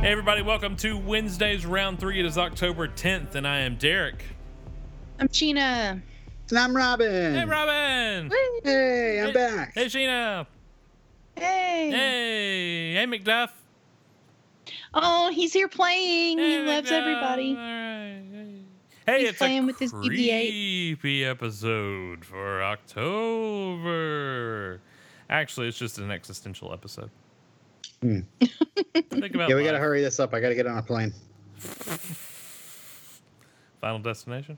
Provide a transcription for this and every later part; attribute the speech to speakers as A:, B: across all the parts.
A: Hey, everybody, welcome to Wednesday's round three. It is October 10th, and I am Derek.
B: I'm Sheena.
C: And I'm Robin.
A: Hey, Robin.
B: Woo.
C: Hey, I'm
A: Hey.
C: back.
A: Hey, Sheena.
B: Hey.
A: Hey. Hey, McDuff.
B: Oh, he's here playing. he
A: Hey,
B: loves
A: McDuff.
B: everybody.
A: All right. Hey,
B: He's
A: it's a
B: playing with his BB-8.
A: creepy episode for October. Actually, it's just an existential episode.
C: Hmm.
A: Think about
C: Yeah, we gotta
A: life.
C: hurry this up. I gotta get on a plane.
A: Final destination.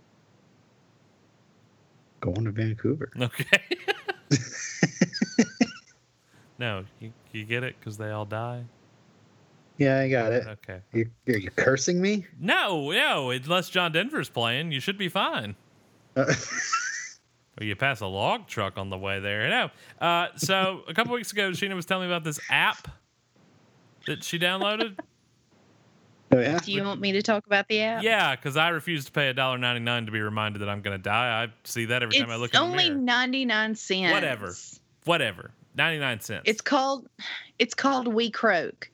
C: Going to Vancouver.
A: Okay. no, you, you get it because they all die.
C: Yeah, I got it.
A: Okay.
C: You, are you cursing me?
A: No, no, unless John Denver's playing, you should be fine.
C: Uh,
A: Or you pass a log truck on the way there. No. Uh, so a couple weeks ago, Sheena was telling me about this app that she downloaded.
C: oh, yeah.
B: Do you want me to talk about the app?
A: yeah, because I refuse to pay $1.99 to be reminded that I'm going to die. I see that every
B: It's
A: time I look in the
B: only
A: mirror.
B: 99 cents.
A: Whatever. Whatever. 99 cents.
B: It's called it's called We Croak.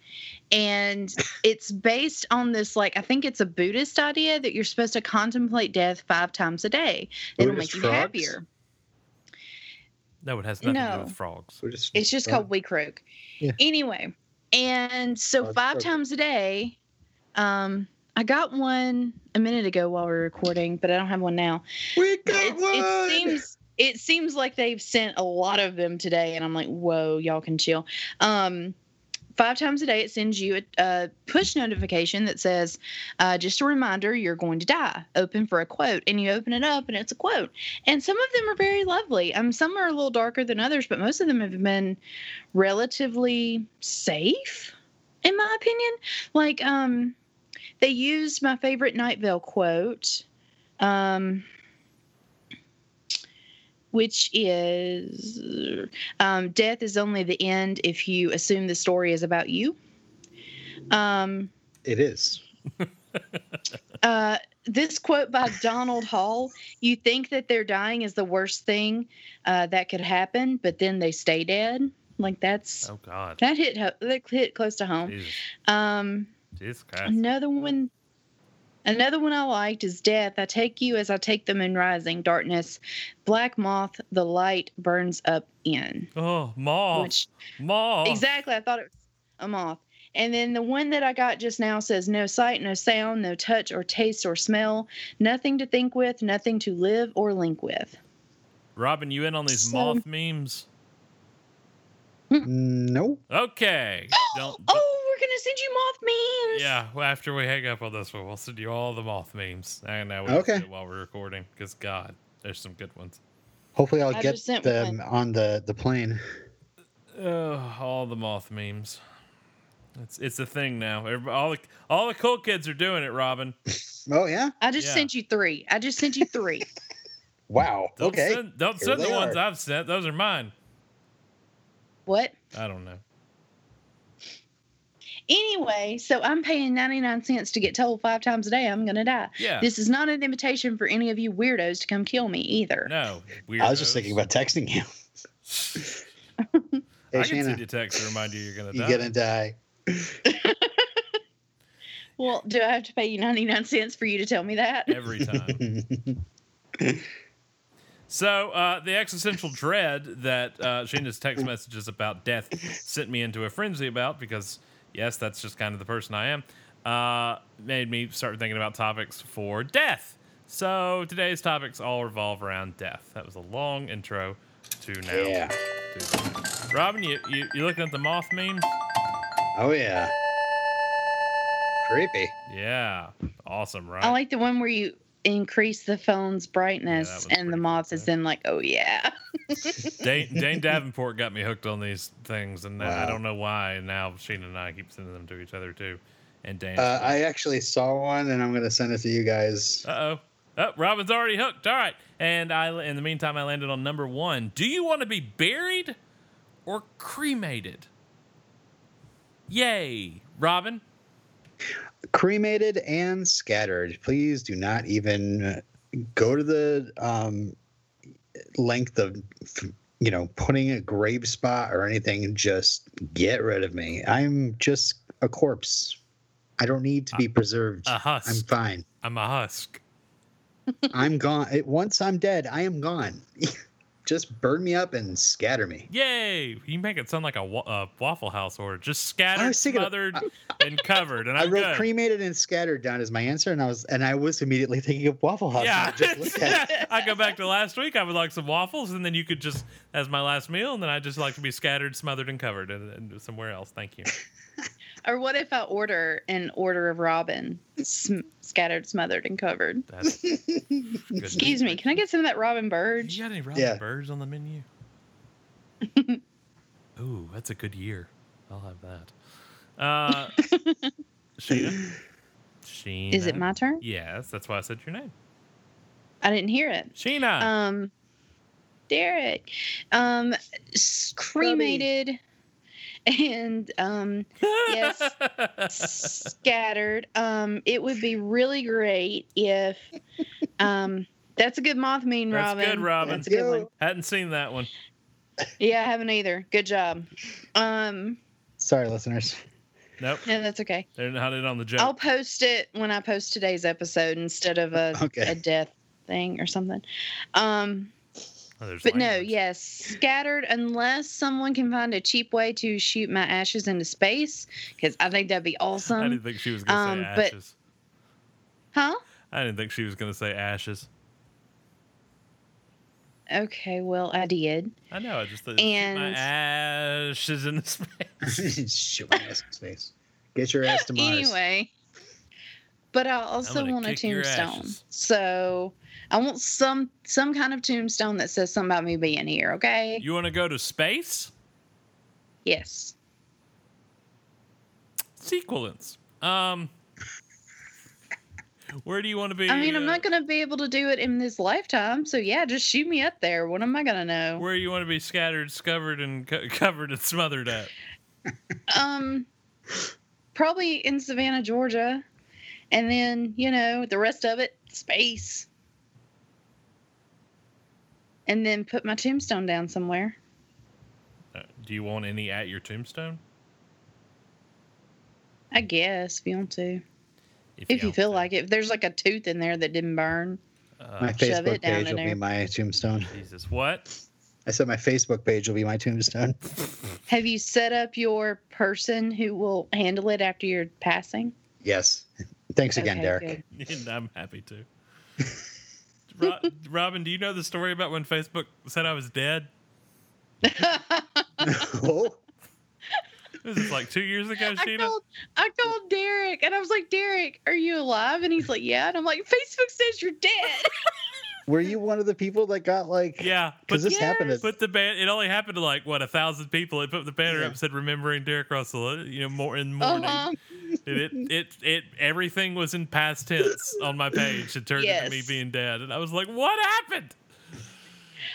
B: And it's based on this like I think it's a Buddhist idea that you're supposed to contemplate death 5 times a day. It'll
C: Buddhist
B: make you
C: frogs?
B: happier.
A: no, it has nothing to do
B: No.
A: with frogs.
C: We're just,
B: It's just
C: uh,
B: called We Croak.
C: Yeah.
B: Anyway, and so
C: Frog
B: five
C: Croak.
B: times a day, um, I got one a minute ago while we were recording, but I don't have one now.
C: We got
B: It's,
C: one.
B: it seems it seems like they've sent a lot of them today, and I'm like, whoa, y'all can chill. Um, five times a day, it sends you a, a push notification that says, uh, "Just a reminder, you're going to die." Open for a quote, and you open it up, and it's a quote. And some of them are very lovely. Um, some are a little darker than others, but most of them have been relatively safe, in my opinion. Like, um, they used my favorite Night Vale quote. Um, which is um, death is only the end if you assume the story is about you. Um,
C: it is.
B: uh, this quote by Donald Hall You think that their dying is the worst thing uh, that could happen, but then they stay dead. Like that's
A: Oh, God.
B: that hit ho- that hit close to home.
A: Jesus.
B: Um,
A: Jesus Christ.
B: Another one. Another one I liked is Death. I take you as I take the moon rising, darkness, black moth, the light burns up in.
A: Oh, moth.
B: Which
A: moth.
B: exactly, I thought it was a moth. And then the one that I got just now says no sight, no sound, no touch or taste or smell, nothing to think with, nothing to live or link with.
A: Robin, you in on these
B: So-
A: moth memes?
C: Nope.
A: Okay. Don't, don't-
B: Oh, we're gonna send you moth memes.
A: Yeah, well, after we hang up on this one, we'll send you all the moth memes. And now we
C: Okay.
A: okay. while we're recording, because God, there's some good ones.
C: Hopefully, I'll
B: I
C: get
B: just sent
C: them
B: one.
C: on the the plane.
A: Oh, all the moth memes. It's it's a thing now. Everybody, all the all the cool kids are doing it. Robin,
C: Oh yeah.
B: I just
A: Yeah.
B: sent you three. I just sent you three.
C: Wow.
A: don't
C: okay.
A: send, don't
C: Here
A: send the
C: they
A: ones
C: are.
A: I've sent. Those are mine.
B: what?
A: I don't know.
B: Anyway, so I'm paying 99 cents to get told five times a day I'm going to die.
A: Yeah,
B: This is not an invitation for any of you weirdos to come kill me either.
A: no. Weirdos.
C: I was just thinking about texting you. Hey,
A: I can send
C: Shanna,
A: you text to remind you you're gonna die.
C: you're gonna die.
B: Well, do I have to pay you 99 cents for you to tell me that?
A: every time. So uh, the existential dread that uh, Sheena's
C: Mm.
A: text messages about death sent me into a frenzy about because yes, that's just kind of the person I am. Uh, made me start thinking about topics for death. So today's topics all revolve around death. That was a long intro to now.
C: yeah.
A: to- Robin, you, you you looking at the moth memes?
C: Oh yeah. Creepy.
A: Yeah, awesome, right?
B: I like the one where you increase the phone's
A: Yeah, that
B: brightness
A: one's
B: and the
A: pretty
B: moth
A: cool,
B: is
A: too.
B: then like, oh, yeah.
A: Dane, Dane Davenport got me hooked on these things, and I
C: Wow.
A: don't know why. And now Sheena and I keep sending them to each other too. And Dane,
C: Uh, I actually saw one, and I'm gonna send it to you guys.
A: Uh-oh. Oh, Robin's already hooked. All right. And I in the meantime I landed on number 1. Do you want to be buried or cremated? Yay, Robin.
C: cremated and scattered. Please do not even go to the um, length of, you know, putting a grave spot or anything. Just get rid of me. I'm just a corpse. I don't need to be
A: Uh,
C: preserved.
A: A
C: I'm
A: husk.
C: fine.
A: I'm a husk.
C: I'm gone. It, once I'm dead, I am gone. Just burn me up and scatter me.
A: Yay! You make it sound like a, wa- a Waffle House order. Just
C: I
A: scattered,
C: was thinking of-
A: smothered, and covered. And
C: I
A: I'm
C: wrote
A: good.
C: cremated and scattered down as my answer, and I was and I was immediately thinking of Waffle House.
A: yeah,
C: I just looked at it.
A: I go back to last week. I would like some waffles, and then you could just as my last meal, and then I just like to be scattered, smothered, and covered, and, and somewhere else. Thank you.
B: Or what if I order an order of robin, sm- scattered, smothered, and covered?
A: That's good.
B: Excuse me, can I get some of that robin bird?
A: You got any Robin
C: Yeah.
A: Birds on the menu? Ooh, that's a good year. I'll have that. Uh, Sheena. Sheena.
B: Is it my turn?
A: Yes, that's why I said your name.
B: I didn't hear it.
A: Sheena.
B: Um, Derek, um, s- cremated and um, yes. scattered. Um, it would be really great if um, that's a good moth mean
A: That's
B: Robin.
A: good, Robin.
B: That's a good
C: Yo.
B: one.
A: Hadn't seen that one.
B: Yeah, I haven't either. Good job. Um,
C: Sorry, listeners.
A: Nope.
B: no, that's okay.
A: They're not in on the joke.
B: I'll post it when I post today's episode instead of a
C: Okay.
B: a death thing or something. Um,
A: Oh, there's
B: but no,
A: language.
B: yes, scattered unless someone can find a cheap way to shoot my ashes into space because I think that'd be
A: I didn't
B: awesome.
A: think she was gonna
B: um,
A: say
B: but-
A: ashes.
B: Huh?
A: I didn't think she was gonna say ashes.
B: Okay, well I did.
A: I know. I just thought and... my
B: And-
A: ashes in the space.
C: Shoot my ass in space. Get your ass to Mars.
B: Anyway, but I also
A: gonna
B: want a
A: kick your
B: tombstone.
A: ashes.
B: So I want some some kind of tombstone that says something about me being here. Okay.
A: You want to go to space?
B: yes.
A: Sequelance. Um, where do you want to be?
B: I mean, I'm
A: uh,
B: not gonna be able to do it in this lifetime. So yeah, just shoot me up there. What am I gonna know?
A: Where you want to be scattered, covered, and co- covered and smothered at?
B: Um, probably in Savannah, Georgia, and then you know the rest of it, space. And then put my tombstone down somewhere.
A: Uh, do you want any at your tombstone?
B: I guess if you want to. If you
A: don't
B: feel
A: think-
B: like it, if there's like a tooth in there that didn't burn,
A: Uh,
C: my
B: shove
C: Facebook
B: it down
C: page
B: in
C: will be
B: there.
C: my tombstone.
A: Jesus, what?
C: I said my Facebook page will be my tombstone.
B: have you set up your person who will handle it after your passing?
C: Yes. Thanks again,
B: Okay,
C: Derek.
B: good.
A: And I'm happy to. Ro- Robin, do you know the story about when Facebook said I was dead?
C: oh,
A: This is like two years ago,
B: I
A: Sheena.
B: called, I called Derek and I was like, Derek, are you alive? And he's like, Yeah. And I'm like, Facebook says you're dead.
C: were you one of the people that got like?
A: Yeah, but
C: Because this happened. At,
A: Put the ban. It only happened to like what a thousand people. It put the banner
C: Yeah.
A: up, said "Remembering Derek Russell." uh, You know, more in mourning.
B: Uh-huh.
A: And it, it, it, everything was in past tense on my page. It turned into me
B: Yes.
A: being dead, and I was like, "What happened?"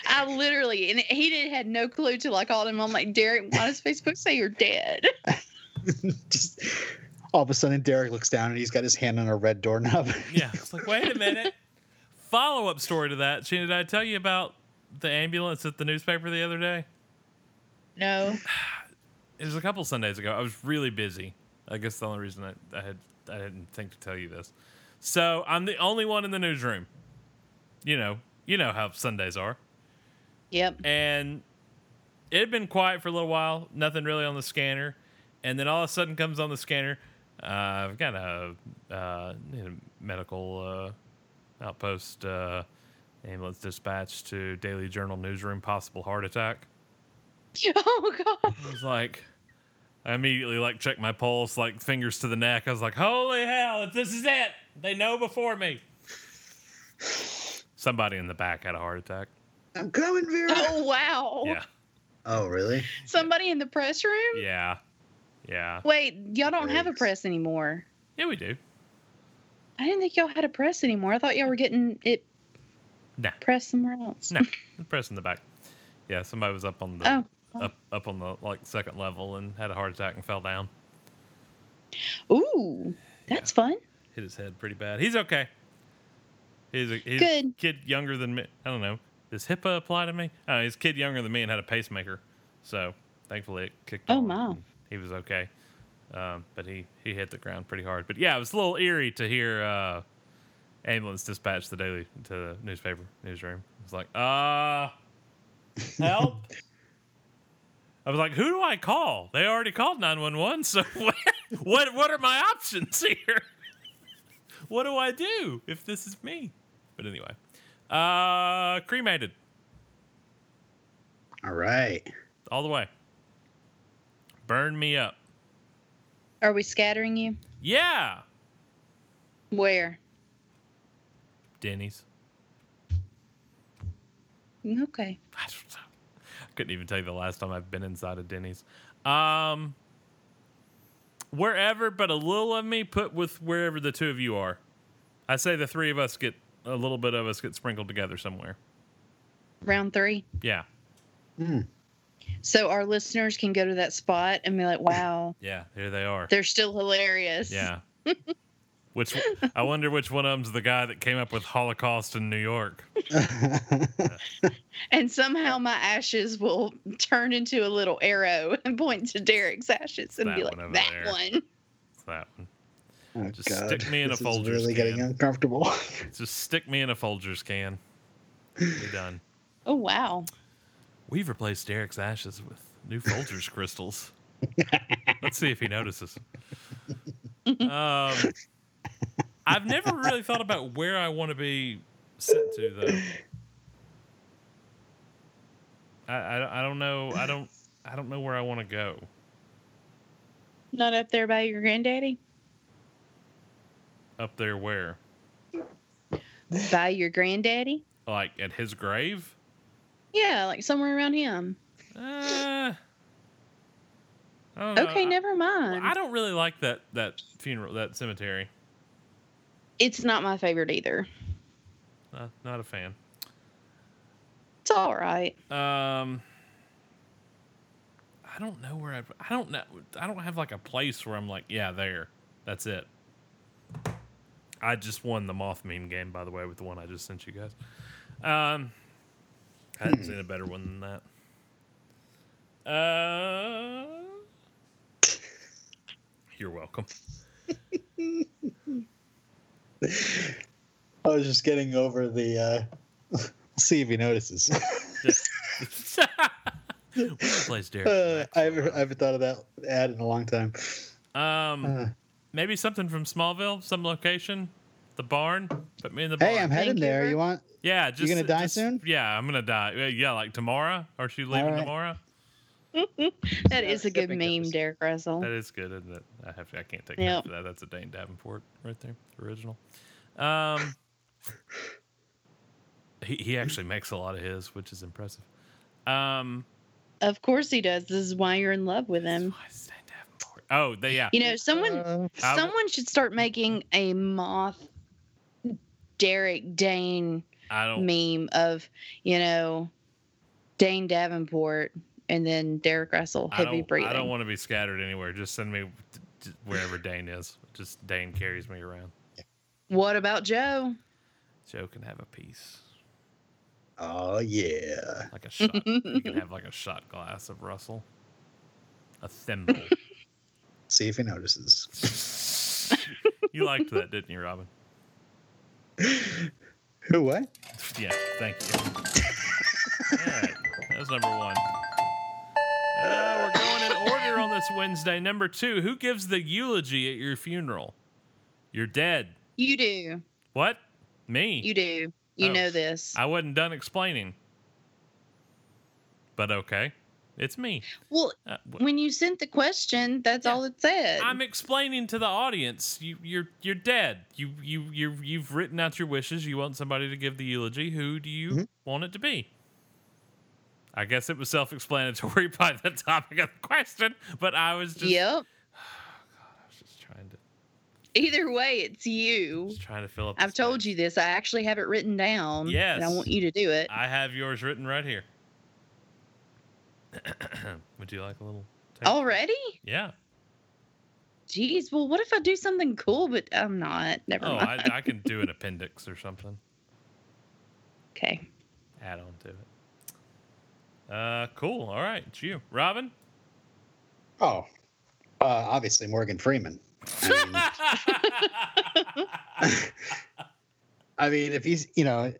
B: I literally, and he did had no clue till I called him. I'm like, Derek, why does Facebook say you're dead?
C: just all of a sudden, Derek looks down and he's got his hand on a red doorknob.
A: Yeah, it's like, wait a minute. Follow up story to that, Sheena. Did I tell you about the ambulance at the newspaper the other day?
B: No.
A: it was a couple Sundays ago. I was really busy. I guess the only reason I, I had I didn't think to tell you this. So I'm the only one in the newsroom. You know, you know how Sundays are.
B: Yep.
A: And it had been quiet for a little while, nothing really on the scanner. And then all of a sudden comes on the scanner. Uh, I've got a, uh, need a medical uh, outpost uh, ambulance dispatch to Daily Journal newsroom, possible heart attack.
B: Oh, God.
A: I was like, I immediately like checked my pulse, like fingers to the neck. I was like, holy hell, this is it. They know before me. Somebody in the back had a heart attack.
C: I'm coming, Vera.
B: Oh, wow.
A: Yeah.
C: Oh, really?
B: Somebody in the press room?
A: Yeah. Yeah.
B: Wait, y'all don't have a
C: Yikes.
B: press anymore.
A: Yeah, we do.
B: I didn't think y'all had a press anymore. I thought y'all were getting it
A: Nah.
B: pressed somewhere else.
A: No. The press in the back. Yeah, somebody was up on the
B: Oh.
A: up up on the like second level and had a heart attack and fell down.
B: Ooh, that's fun.
A: Hit his head pretty bad. He's okay. He's a he's a
B: Good.
A: kid younger than me. I don't know. Does HIPAA apply to me? Oh, he's a kid younger than me and had a pacemaker. So thankfully it kicked
B: Oh,
A: on
B: my.
A: and He was okay. Um, but he he hit the ground pretty hard. But yeah, it was a little eerie to hear uh, ambulance dispatch the daily to the newspaper newsroom. It's like, uh, help. I was like, who do I call? They already called 911, so what, what, what are my options here? what do I do if this is me? But anyway, uh, cremated
C: All right.
A: all the way. Burn me up.
B: Are we scattering you?
A: Yeah.
B: Where?
A: Denny's.
B: Okay.
A: I don't know. I couldn't even tell you the last time I've been inside of Denny's. Um, wherever, but a little of me put with wherever the two of you are. I say the three of us get a little bit of us get sprinkled together somewhere.
B: Round three.
A: Yeah,
C: Hmm.
B: So our listeners can go to that spot and be like, wow,
A: yeah, here they are.
B: they're still hilarious.
A: Yeah. Which I wonder which one of them's the guy that came up with Holocaust in New York.
C: Oh,
B: And somehow my ashes will turn into a little arrow and point to Derek's ashes and
A: That
B: be
A: one
B: like,
A: over
B: that
A: there."
B: one.
A: It's that one.
C: Oh,
A: Just stick me in a
C: this is
A: Folgers
C: really getting
A: can.
C: uncomfortable.
A: Just stick me in a Folgers can. We're done.
B: Oh, wow.
A: We've replaced Derek's ashes with new Folgers crystals. Let's see if he notices. Um, I've never really thought about where I want to be sent to, though. I, I, I don't know. I don't I don't know where I want to go.
B: Not up there by your granddaddy?
A: Up there, where?
B: By your granddaddy?
A: Like at his grave?
B: Yeah, like somewhere around him.
A: Uh, I don't know.
B: Okay,
A: Uh, I-
B: never mind.
A: I don't really like that that funeral that cemetery.
B: it's not my favorite either.
A: Not, Uh, not a fan.
B: It's all right.
A: Um, I don't know where I. I don't know. I don't have like a place where I'm like, yeah, there. That's it. I just won the moth meme game, by the way, with the one I just sent you guys. Um, I hadn't seen a better one than that. Uh, you're welcome.
C: I was just getting over the. Uh, see if he notices.
A: Where plays Derek?
C: uh, I, haven't, I
A: Maxwell?
C: haven't thought of that ad in a long time.
A: um,
C: Uh,
A: maybe something from Smallville, some location, the barn. Put me in the barn.
C: hey, I'm heading there.
B: Vancouver?
C: You want?
A: Yeah, just
C: gonna die
A: just-
C: soon?
A: Yeah, I'm gonna die. Uh, Yeah, like tomorrow. Are you leaving
C: Alright.
A: tomorrow?
B: That is a good
C: Shipping
B: meme,
C: goes.
B: Derek Russell.
A: That is good, isn't it? I have to, I can't take
B: Yep.
A: credit for that. That's a Dane Davenport right there, original. Um, he he actually makes a lot of his, which is impressive. Um,
B: Of course he does. This is why you're in love with
A: that's
B: him.
A: why it's Dane Davenport. Oh, they, yeah.
B: You know, someone
C: Uh,
A: I-
B: someone should start making a moth Derek Dane
A: I don't.
B: meme of, you know, Dane Davenport and then Derek Russell
A: I
B: heavy
A: don't,
B: breathing.
A: I don't want to be scattered anywhere. Just send me t- t- wherever Dane is. Just Dane carries me around.
B: what about Joe?
A: Joe can have a piece,
C: oh yeah.
A: like a shot. you can have like a shot glass of Russell, a thimble.
C: See if he notices.
A: you liked that, didn't you, Robin?
C: Who? What?
A: Yeah, thank you. All right, that was number one. Uh, we're going in order on this Wednesday. Number two, who gives the eulogy at your funeral? You're dead.
B: you do.
A: What? Me.
B: You do. You
A: Oh.
B: know this.
A: I wasn't done explaining. But okay, it's me.
B: well,
A: Uh, wh-
B: when you sent the question, that's
A: Yeah.
B: all it said.
A: I'm explaining to the audience. You, you're you're dead. You you you you've written out your wishes. You want somebody to give the eulogy. Who do you
B: Mm-hmm.
C: Mhm.
A: want it to be? I guess it was self-explanatory by the topic of the question, but I was just
B: yep.
A: I was just trying to
B: Either way, it's you.
A: just trying to fill up. the
B: I've told
A: space.
B: you this. I actually have it written down.
A: Yes.
B: And I want you to do it.
A: I have yours written right here. Would you like a little? taste?
B: Already?
A: Yeah.
B: Jeez. Well, what if I do something cool, but I'm not? Never
A: Oh,
B: mind.
A: I, I can do an appendix or something.
B: Okay.
A: Add on to it. Uh, cool. All right, it's you, Robin.
C: Oh. Uh, obviously, Morgan Freeman. I mean, I mean, if he's you know,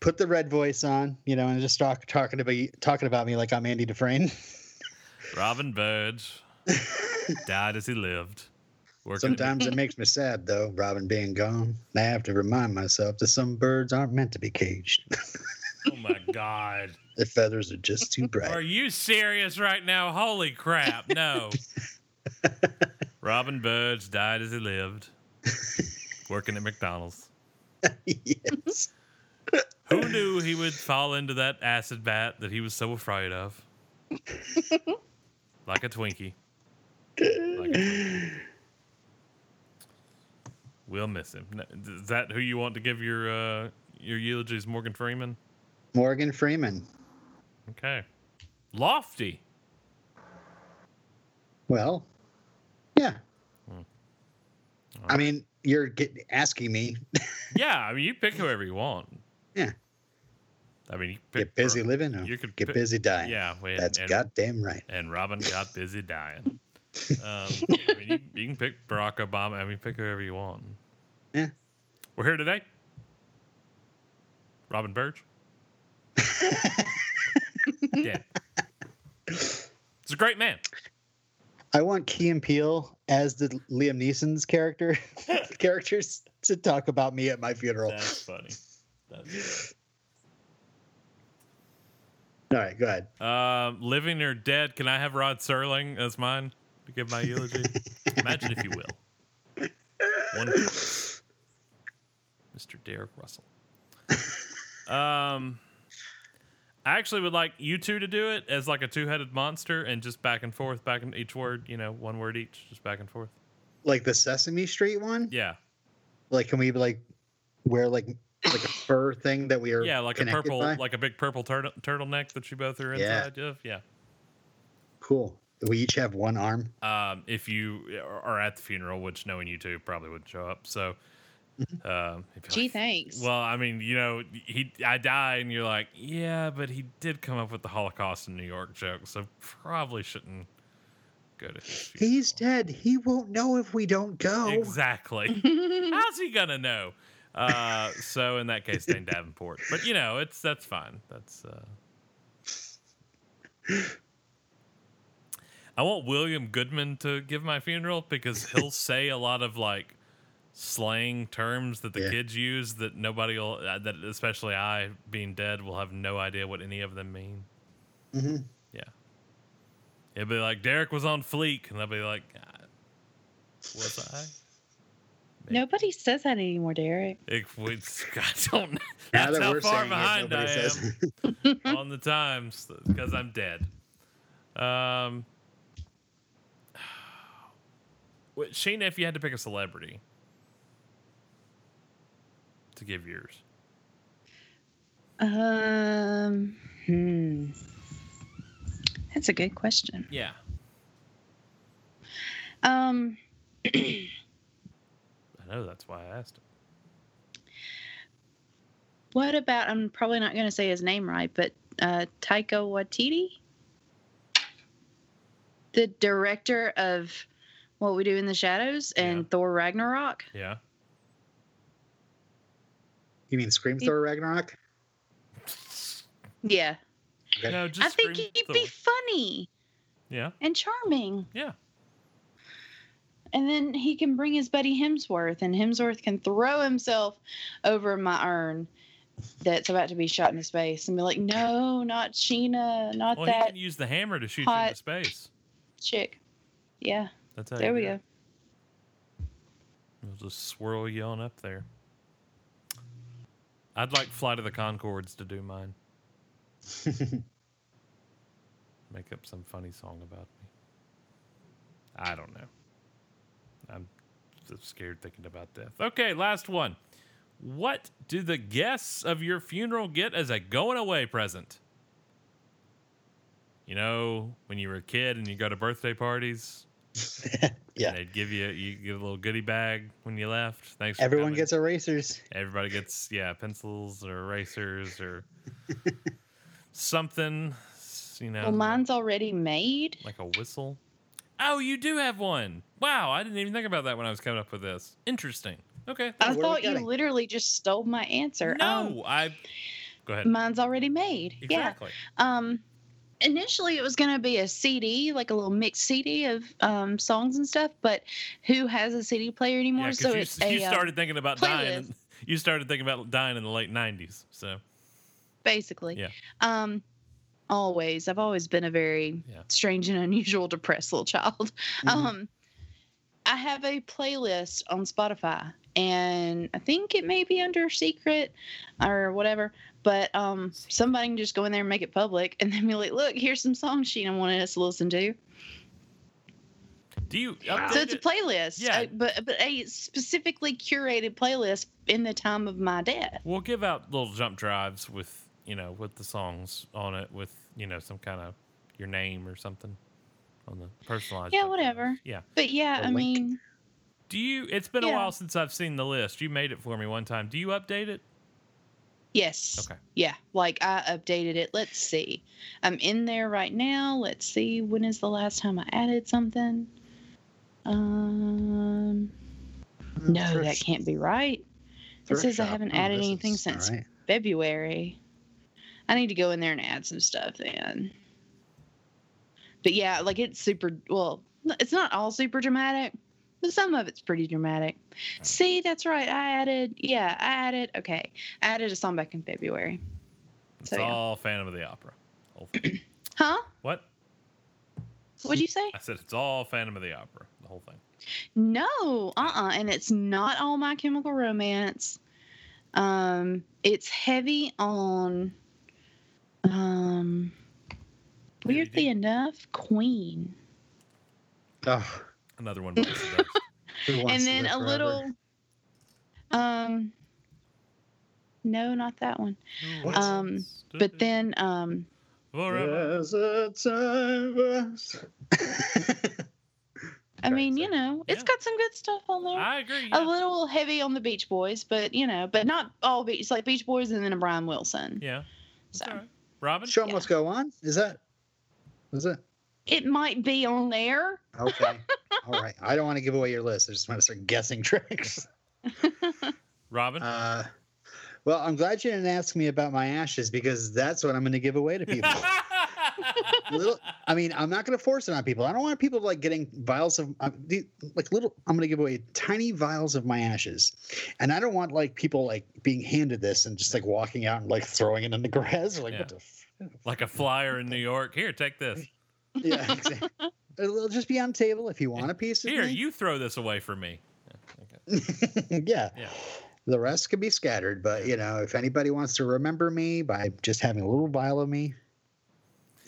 C: put the red voice on, you know, and just talk talking about talking about me like I'm Andy Dufresne.
A: Robin Burge died as he lived. Working at
C: Sometimes it makes me sad though, Robin being gone. And I have to remind myself that some birds aren't meant to be caged.
A: Mc- oh my god.
C: the feathers are just too
A: Are
C: bright.
A: you serious right now? Holy crap! No. Robin Burge died as he lived, working at McDonald's.
C: yes.
A: Who knew he would fall into that acid bat that he was so afraid of? like a Twinkie. Like a, we'll miss him. N- Is that who you want to give your uh, your eulogies, Morgan Freeman?
C: Morgan Freeman.
A: Okay. Lofty.
C: Well, yeah.
A: Hmm.
C: I mean, you're get, asking me.
A: Yeah, I mean, you pick whoever you want.
C: Yeah.
A: I mean, you pick
C: Get busy
A: for-
C: living or
A: you could
C: get
A: pick-
C: busy dying.
A: Yeah, wait,
C: That's
A: and,
C: goddamn right.
A: and Robin got busy dying. Um, I mean, you, you can pick Barack Obama. I mean, pick whoever you want.
C: Yeah.
A: We're here today. Robin Birch. yeah. He's a great man.
C: I want Key and Peele as the Liam Neeson's character characters to talk about me at my funeral.
A: That's funny. That's
C: All right, go ahead.
A: um, living or dead, can I have Rod Serling as mine to give my eulogy? Imagine if you will. One Mr. Derek Russell. Um, I actually would like you two to do it as like a two-headed monster and just back and forth, back and each word, you know, one word each, just back and forth.
C: Like the Sesame Street one.
A: Yeah,
C: Like, can we like wear like like a fur thing that we are
A: yeah, like a
C: connected
A: purple,
C: by?
A: like a big purple turtle turtleneck that you both are
C: Yeah.
A: inside of. Yeah.
C: cool. We each have one arm.
A: um, if you are at the funeral, which knowing you two probably wouldn't show up. So, um, if you're
B: Gee,
A: like,
B: thanks.
A: Well, I mean, you know, he I die, and you're like, yeah, but he did come up with the Holocaust in New York joke, so probably shouldn't go to. His funeral.
C: He's dead. He won't know if we don't go.
A: Exactly. How's he gonna know? Uh, so in that case, Dane Davenport. But you know, it's that's fine. That's. Uh... I want William Goodman to give my funeral because he'll say a lot of like slang terms that the
C: Yeah.
A: kids use that nobody will uh, that especially I being dead will have no idea what any of them mean.
C: hmm
A: It'll be like Derek was on fleek, and I'll be like, "Uh, was I?
B: Nobody says that anymore, Derek.
A: It, we, I don't. That's how far behind I am on the times because I'm dead. Um, wait, Shayna, if you had to pick a celebrity to give yours,
B: Um, hmm. That's a good question.
A: yeah,
B: Um,
A: I know that's why I asked. it.
B: what about? I'm probably not going to say his name right, but uh, Taika Waititi, the director of What We Do in the Shadows and
A: Yeah.
B: Thor Ragnarok.
A: Yeah,
C: You mean Scream Thor Ragnarok?
B: Yeah,
C: Okay.
A: no, just
B: I think
A: scream
B: he'd
A: Thor.
B: be funny
A: yeah,
B: and charming.
A: yeah,
B: And then he can bring his buddy Hemsworth, and Hemsworth can throw himself over my urn that's about to be shot into space and be like, no, not Sheena, not
A: well, he
B: that
A: can use the hammer to shoot you into
B: hot-
A: space.
B: chick. Yeah,
A: That's how
B: there
A: you
B: we
A: do
B: go.
A: it. It'll just swirl you on up there. I'd like Flight of the Concords to do mine. Make up some funny song about me. I don't know. I'm so scared thinking about death. Okay, last one. What do the guests of your funeral get as a going away present? You know, when you were a kid and you go to birthday parties,
C: Yeah.
A: and they'd give you you get a little goodie bag when you left. Thanks. for
C: Everyone
A: coming.
C: gets erasers.
A: Everybody gets yeah pencils or erasers or something. s- You know,
B: Well, mine's already made.
A: like a whistle. Oh, you do have one. Wow, I didn't even think about that when I was coming up with this. Interesting. Okay.
C: Oh,
B: I
C: what are we
B: thought you
C: getting?
B: literally just stole my answer. Um,
A: No, I. Go ahead.
B: mine's already made. Yeah.
A: Exactly.
B: Um, initially, it was going to be a CD, like a little mixed CD of um, songs and stuff. But who has a CD player anymore?
A: Yeah, 'cause
B: so
A: you,
B: it's
A: you
B: a, um,
A: started thinking about dying.
B: playlist.
A: You started thinking about dying in the late '90s. So
B: basically.
A: Yeah.
B: Um, always, I've always been a very
A: Yeah. Mm-hmm.
B: strange and unusual, depressed little child.
C: Mhm.
B: Um, I have a playlist on Spotify, and I think it may be under secret or whatever. But um, somebody can just go in there and make it public, and then be like, "Look, here's some songs she wanted us to listen to."
A: do you?
C: Wow.
B: So it's
A: update
B: a
A: it?
B: playlist,
A: Yeah.
B: uh, but but a specifically curated playlist in the time of my death.
A: We'll give out little jump drives with you know with the songs on it with you know some kind of your name or something on the personalized.
B: Yeah,
A: jump
B: whatever.
A: drives. Yeah.
B: But yeah, I
C: A link.
B: mean,
A: Do you? It's been a
B: Yeah.
A: while since I've seen the list. You made it for me one time. Do you update it?
B: yes.
A: Okay.
B: Yeah, like I updated it. Let's see. I'm in there right now. Let's see. When is the last time I added something? Um,
C: Hmm,
B: no, that can't be right.
C: Mm-hmm. Thrift
B: says I
C: shop.
B: haven't
C: Oh,
B: added
C: this
B: anything
C: is- all
B: since-
C: right.
B: February. I need to go in there and add some stuff then. But yeah, like it's super. Well, n- it's not all super dramatic, but some of it's pretty dramatic. See, that's right. I added. Yeah, I added. Okay, I added a song back in February.
A: It's
B: So, yeah.
A: all Phantom of the Opera. Whole thing.
B: Huh?
A: what?
B: What'd you say?
A: I said it's all Phantom of the Opera. The whole thing.
B: No, uh uh And it's not all my chemical romance. Um, it's heavy on, um,
A: Heavy
B: weirdly
A: duty.
B: enough, Queen.
C: Oh,
A: Another one. bites the dust.
C: who wants
B: and
C: to
B: then
C: live
B: a
C: forever?
B: little, um, no, not that one.
A: Who
C: What?
A: wants
B: Um,
A: to
B: But
A: live
B: then, um,
A: forever?
C: There's a time was-
B: I
C: Sorry,
B: mean,
C: sorry.
B: you know, it's
A: Yeah.
B: got some good stuff on there.
A: I agree.
B: a
A: yeah.
B: little heavy on the Beach Boys, but you know, but not all Beach, like Beach Boys and then a Brian Wilson.
A: Yeah. that's
B: So.
A: all right. Robin?
C: Show 'em what's go on. Is that? Is it?
B: It might be on there.
C: Okay. All right. I don't want to give away your list. I just want to start guessing tricks.
A: Robin?
C: Uh, well, I'm glad you didn't ask me about my ashes because that's what I'm going to give away to people. Little- I mean, I'm not going to force it on people. I don't want people like getting vials of um, the- like little. I'm going to give away tiny vials of my ashes, and I don't want like people like being handed this and just like walking out and like throwing it in the grass. Like what the. F-
A: like a flyer in New York. Here, take this.
C: yeah, exactly. It'll just be on the table if you want a piece. Of
A: Here,
C: me.
A: you throw this away for me. Yeah, okay.
C: yeah.
A: Yeah.
C: The rest could be scattered, but you know, if anybody wants to remember me by just having a little vial of me,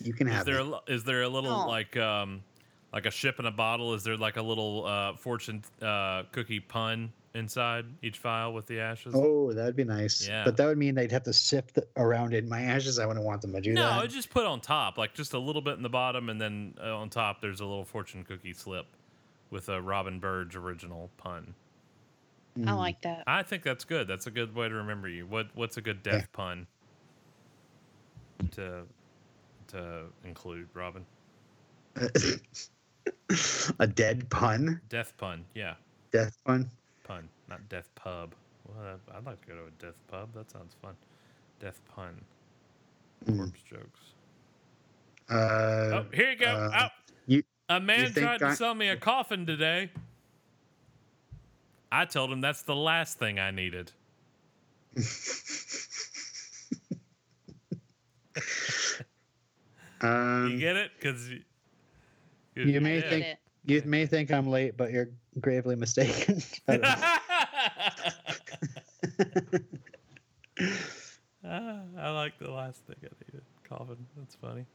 C: you can
A: Is
C: have
A: there a,
C: it.
A: li- is there a little
B: Oh.
A: like um like a ship in a bottle? Is there like a little uh, fortune uh, cookie pun inside each file with the ashes?
C: Oh, that'd be nice.
A: Yeah.
C: But that would mean they'd have to sift around in my ashes. I wouldn't want them to do
A: no,
C: that.
A: it just put on top, like just a little bit in the bottom, and then uh, on top there's a little fortune cookie slip with a Robin Burge original pun.
B: I
C: Mm.
B: like that.
A: I think that's good. That's a good way to remember you. What what's a good death pun to to include, Robin?
C: Hmm. a dead pun,
A: Death pun, yeah,
C: death pun.
A: pun, not death pub. Well, I- I'd like to go to a death pub. That sounds fun. Death pun,
C: Mm.
A: corpse jokes.
C: Uh,
A: Oh, here you go.
C: uh,
A: Oh,
C: you-
A: a man
C: think
A: tried to
C: I- Oh.
A: sell me a coffin today. I told him that's the last thing I needed.
C: um,
A: You
C: you,
A: get it? Because
C: you may
B: Get
C: think-
B: it.
C: may think I'm late, but you're gravely mistaken. I don't know.
A: Ah, I like the last thing I needed. Coffin. That's funny.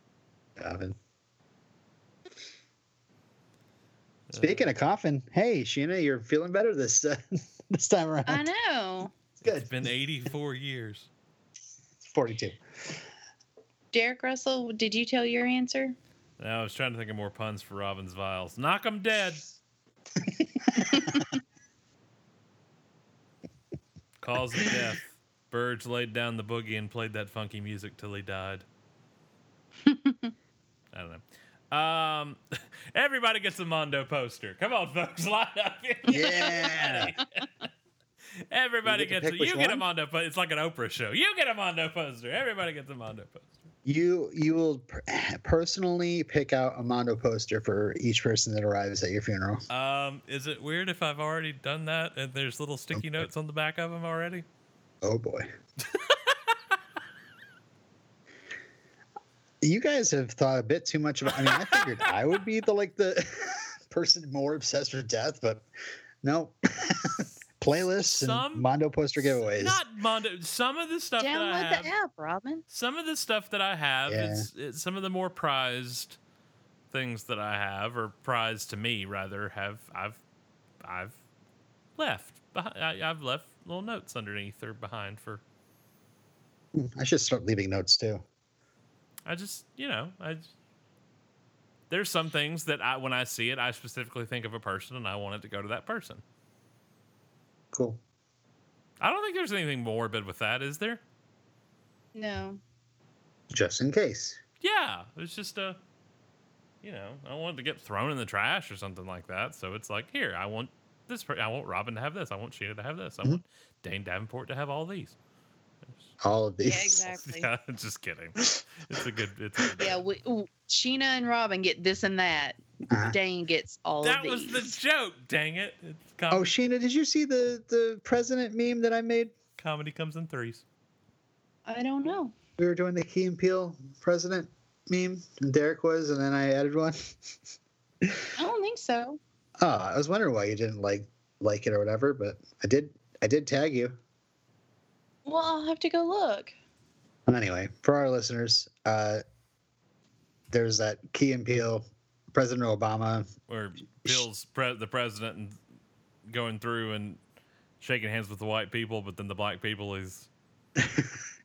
C: Coffin.
A: Uh,
C: Speaking of coffin, hey Sheena, you're feeling better this uh, this time around.
B: I know.
C: It's good.
A: it's been 84 years.
C: It's 42.
B: Derek Russell, did you tell your answer?
A: Now I was trying to think of more puns for Robin's vials. Knock 'em dead. Cause of death. Burge laid down the boogie and played that funky music till he died. I don't know. Um, everybody gets a Mondo poster. Come on, folks, line up.
C: Yeah.
A: Everybody
C: You get to
A: gets a,
C: pick which
A: you get a
C: one?
A: Mondo poster. It's like an Oprah show. You get a Mondo poster. Everybody gets a Mondo poster.
C: You you will per- personally pick out a Mondo poster for each person that arrives at your funeral.
A: Um, is it weird if I've already done that and there's little sticky notes on the back of them already?
C: Oh boy. you guys have thought a bit too much about I mean, I figured I would be the like the person more obsessed with death, but no. Playlists
A: Some-
C: and Mondo poster giveaways.
A: Not Mondo. Some of the stuff that I
B: Download
A: have.
B: the app, Robin.
A: some of the stuff that I have,
C: Yeah.
A: it's, it's some of the more prized things that I have, or prized to me rather, have I've I've left. behi- I, I've left little notes underneath or behind for.
C: I should start leaving notes too.
A: I just you know I. j- There's some things that I when I see it, I specifically think of a person and I want it to go to that person.
C: Cool.
A: I don't think there's anything morbid with that, is there?
B: No.
C: Just in case.
A: Yeah, it's just a, you know, I wanted to get thrown in the trash or something like that. So it's like, here, I want this. Per- I want Robin to have this. I want Sheena to have this. I
C: Mhm.
A: want Dane Davenport to have all these.
C: All of these.
B: Yeah, exactly.
A: Yeah, just kidding. It's a good. It's a good
B: Yeah, we, ooh, Sheena and Robin get this and that.
C: Uh-huh.
B: Dane gets all
A: that
B: of
A: was
B: these.
A: the joke. Dang it! It's com-
C: Oh, Sheena, did you see the the president meme that I made?
A: comedy comes in threes.
B: I don't know.
C: We were doing the Key and Peele president meme, and Derek was, and then I added one.
B: I don't think so.
C: Oh, I was wondering why you didn't like like it or whatever, but I did. I did tag you.
B: Well, I'll have to go look.
C: Anyway, for our listeners, uh, there's that Key and Peele, President Obama.
A: Where Bill's pre- the president and going through and shaking hands with the white people, but then the black people is. he's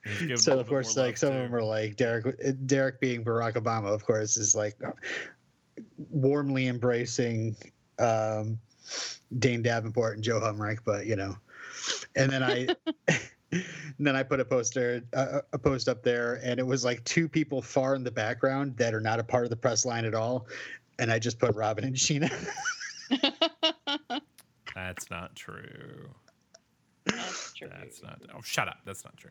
A: giving a
C: So
A: little
C: of
A: bit more
C: course, like
A: love,
C: some
A: too.
C: of them are like Derek. Derek being Barack Obama, of course, is like warmly embracing um, Dane Davenport and Joe Humreich, but you know, and then I. and then I put a poster, uh, a post up there, and it was like two people far in the background that are not a part of the press line at all, and I just put Robin and Sheena.
A: That's not true.
B: That's true.
A: That's not. Oh, shut up. That's not true.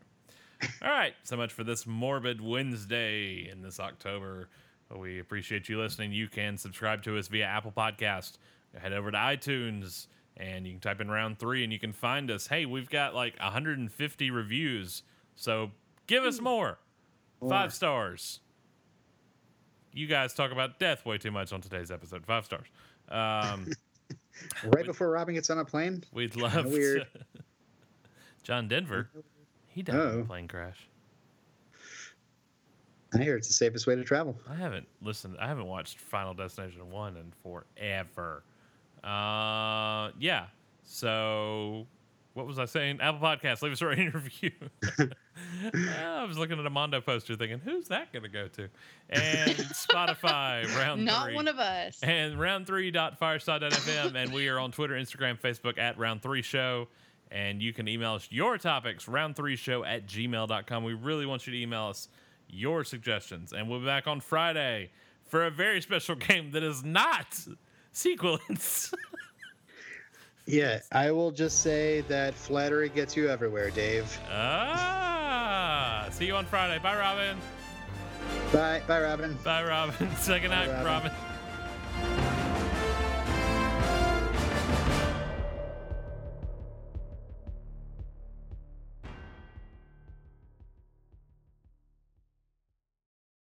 A: All right. So much for this morbid Wednesday in this October. We appreciate you listening. You can subscribe to us via Apple Podcast. Head over to iTunes and you can type in round three and you can find us. Hey, we've got like 150 reviews. So give us Hmm. more. Five stars. You guys talk about death way too much on today's episode. Five stars. Um,
C: right before Robin gets on a plane.
A: We'd love to.
C: weird.
A: John Denver, he died in a
C: Oh.
A: plane crash.
C: I hear it's the safest way to travel.
A: I haven't listened. I haven't watched Final Destination one in forever. Uh, yeah. So, what was I saying? Apple Podcast, leave us a rating and review. I was looking at a Mondo poster, thinking, "Who's that going to go to?" And Spotify round
B: Not
A: three.
B: one of us.
A: and round3.fireside.fm and we are on twitter instagram facebook at round3show and you can email us your topics round3show at gmail.com we really want you to email us your suggestions and we'll be back on friday for a very special game that is not sequence
C: Yeah, I will just say that flattery gets you everywhere, Dave.
A: ah see you on friday bye robin
C: Bye, bye, Robin.
A: bye robin second
C: Bye,
A: night
C: Robin.
A: robin.